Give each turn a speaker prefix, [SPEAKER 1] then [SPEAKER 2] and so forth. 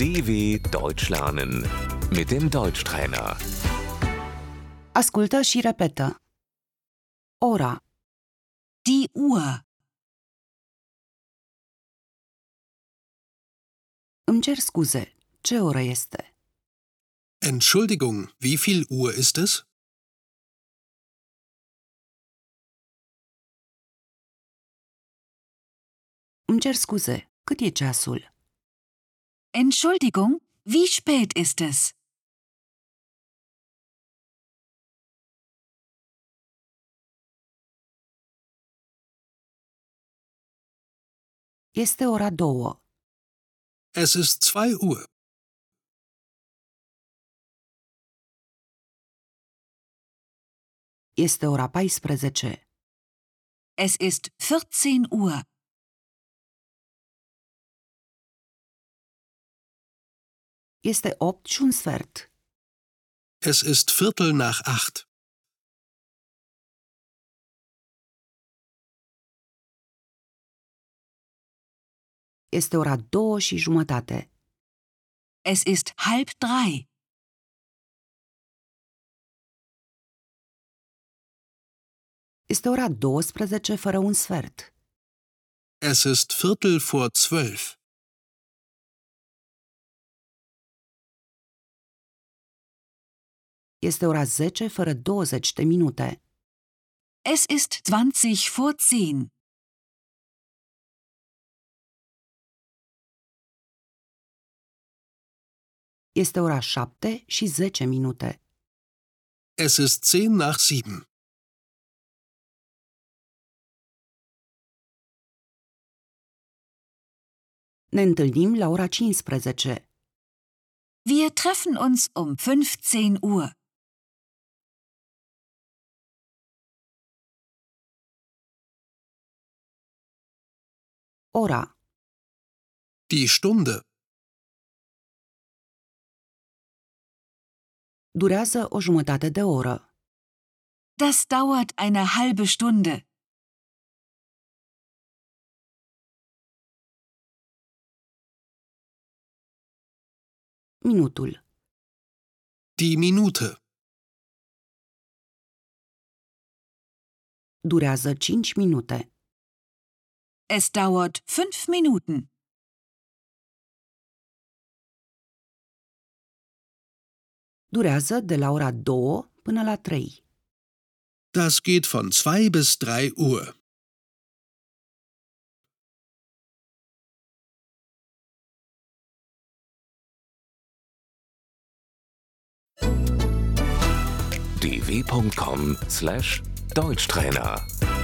[SPEAKER 1] DW Deutsch lernen mit dem Deutschtrainer.
[SPEAKER 2] Ascultă și repetă. Ora. Die Uhr. Îmi cer scuze. Ce oră este?
[SPEAKER 3] Entschuldigung, wie viel Uhr ist es?
[SPEAKER 2] Îmi cer scuze. Cât e ceasul?
[SPEAKER 4] Entschuldigung, wie spät ist es?
[SPEAKER 2] Este ora două.
[SPEAKER 3] Es ist zwei Uhr.
[SPEAKER 2] Este ora 14.
[SPEAKER 4] Es ist 14 Uhr.
[SPEAKER 2] Este 8 și un sfert.
[SPEAKER 3] Es ist Viertel nach acht.
[SPEAKER 2] Este ora 2 și jumătate.
[SPEAKER 4] Es ist halb drei.
[SPEAKER 2] Este ora 12 fără un sfert.
[SPEAKER 3] Es ist Viertel vor zwölf.
[SPEAKER 2] Este ora 10 fără 20 de minute.
[SPEAKER 4] Es ist 20 vor 10.
[SPEAKER 2] Este ora 7 și 10 minute.
[SPEAKER 3] Es ist zehn nach sieben.
[SPEAKER 2] Ne întâlnim la ora 15.
[SPEAKER 4] Wir treffen uns um 15 Uhr.
[SPEAKER 2] Ora.
[SPEAKER 3] Die Stunde.
[SPEAKER 2] Durează o jumătate de oră.
[SPEAKER 4] Das dauert eine halbe Stunde.
[SPEAKER 2] Minutul.
[SPEAKER 3] Die Minute.
[SPEAKER 2] Durează 5 minute.
[SPEAKER 4] Es dauert fünf Minuten.
[SPEAKER 2] Durează de la ora 2 până la 3.
[SPEAKER 3] Das geht von zwei bis drei Uhr.
[SPEAKER 1] dw.com/deutschtrainer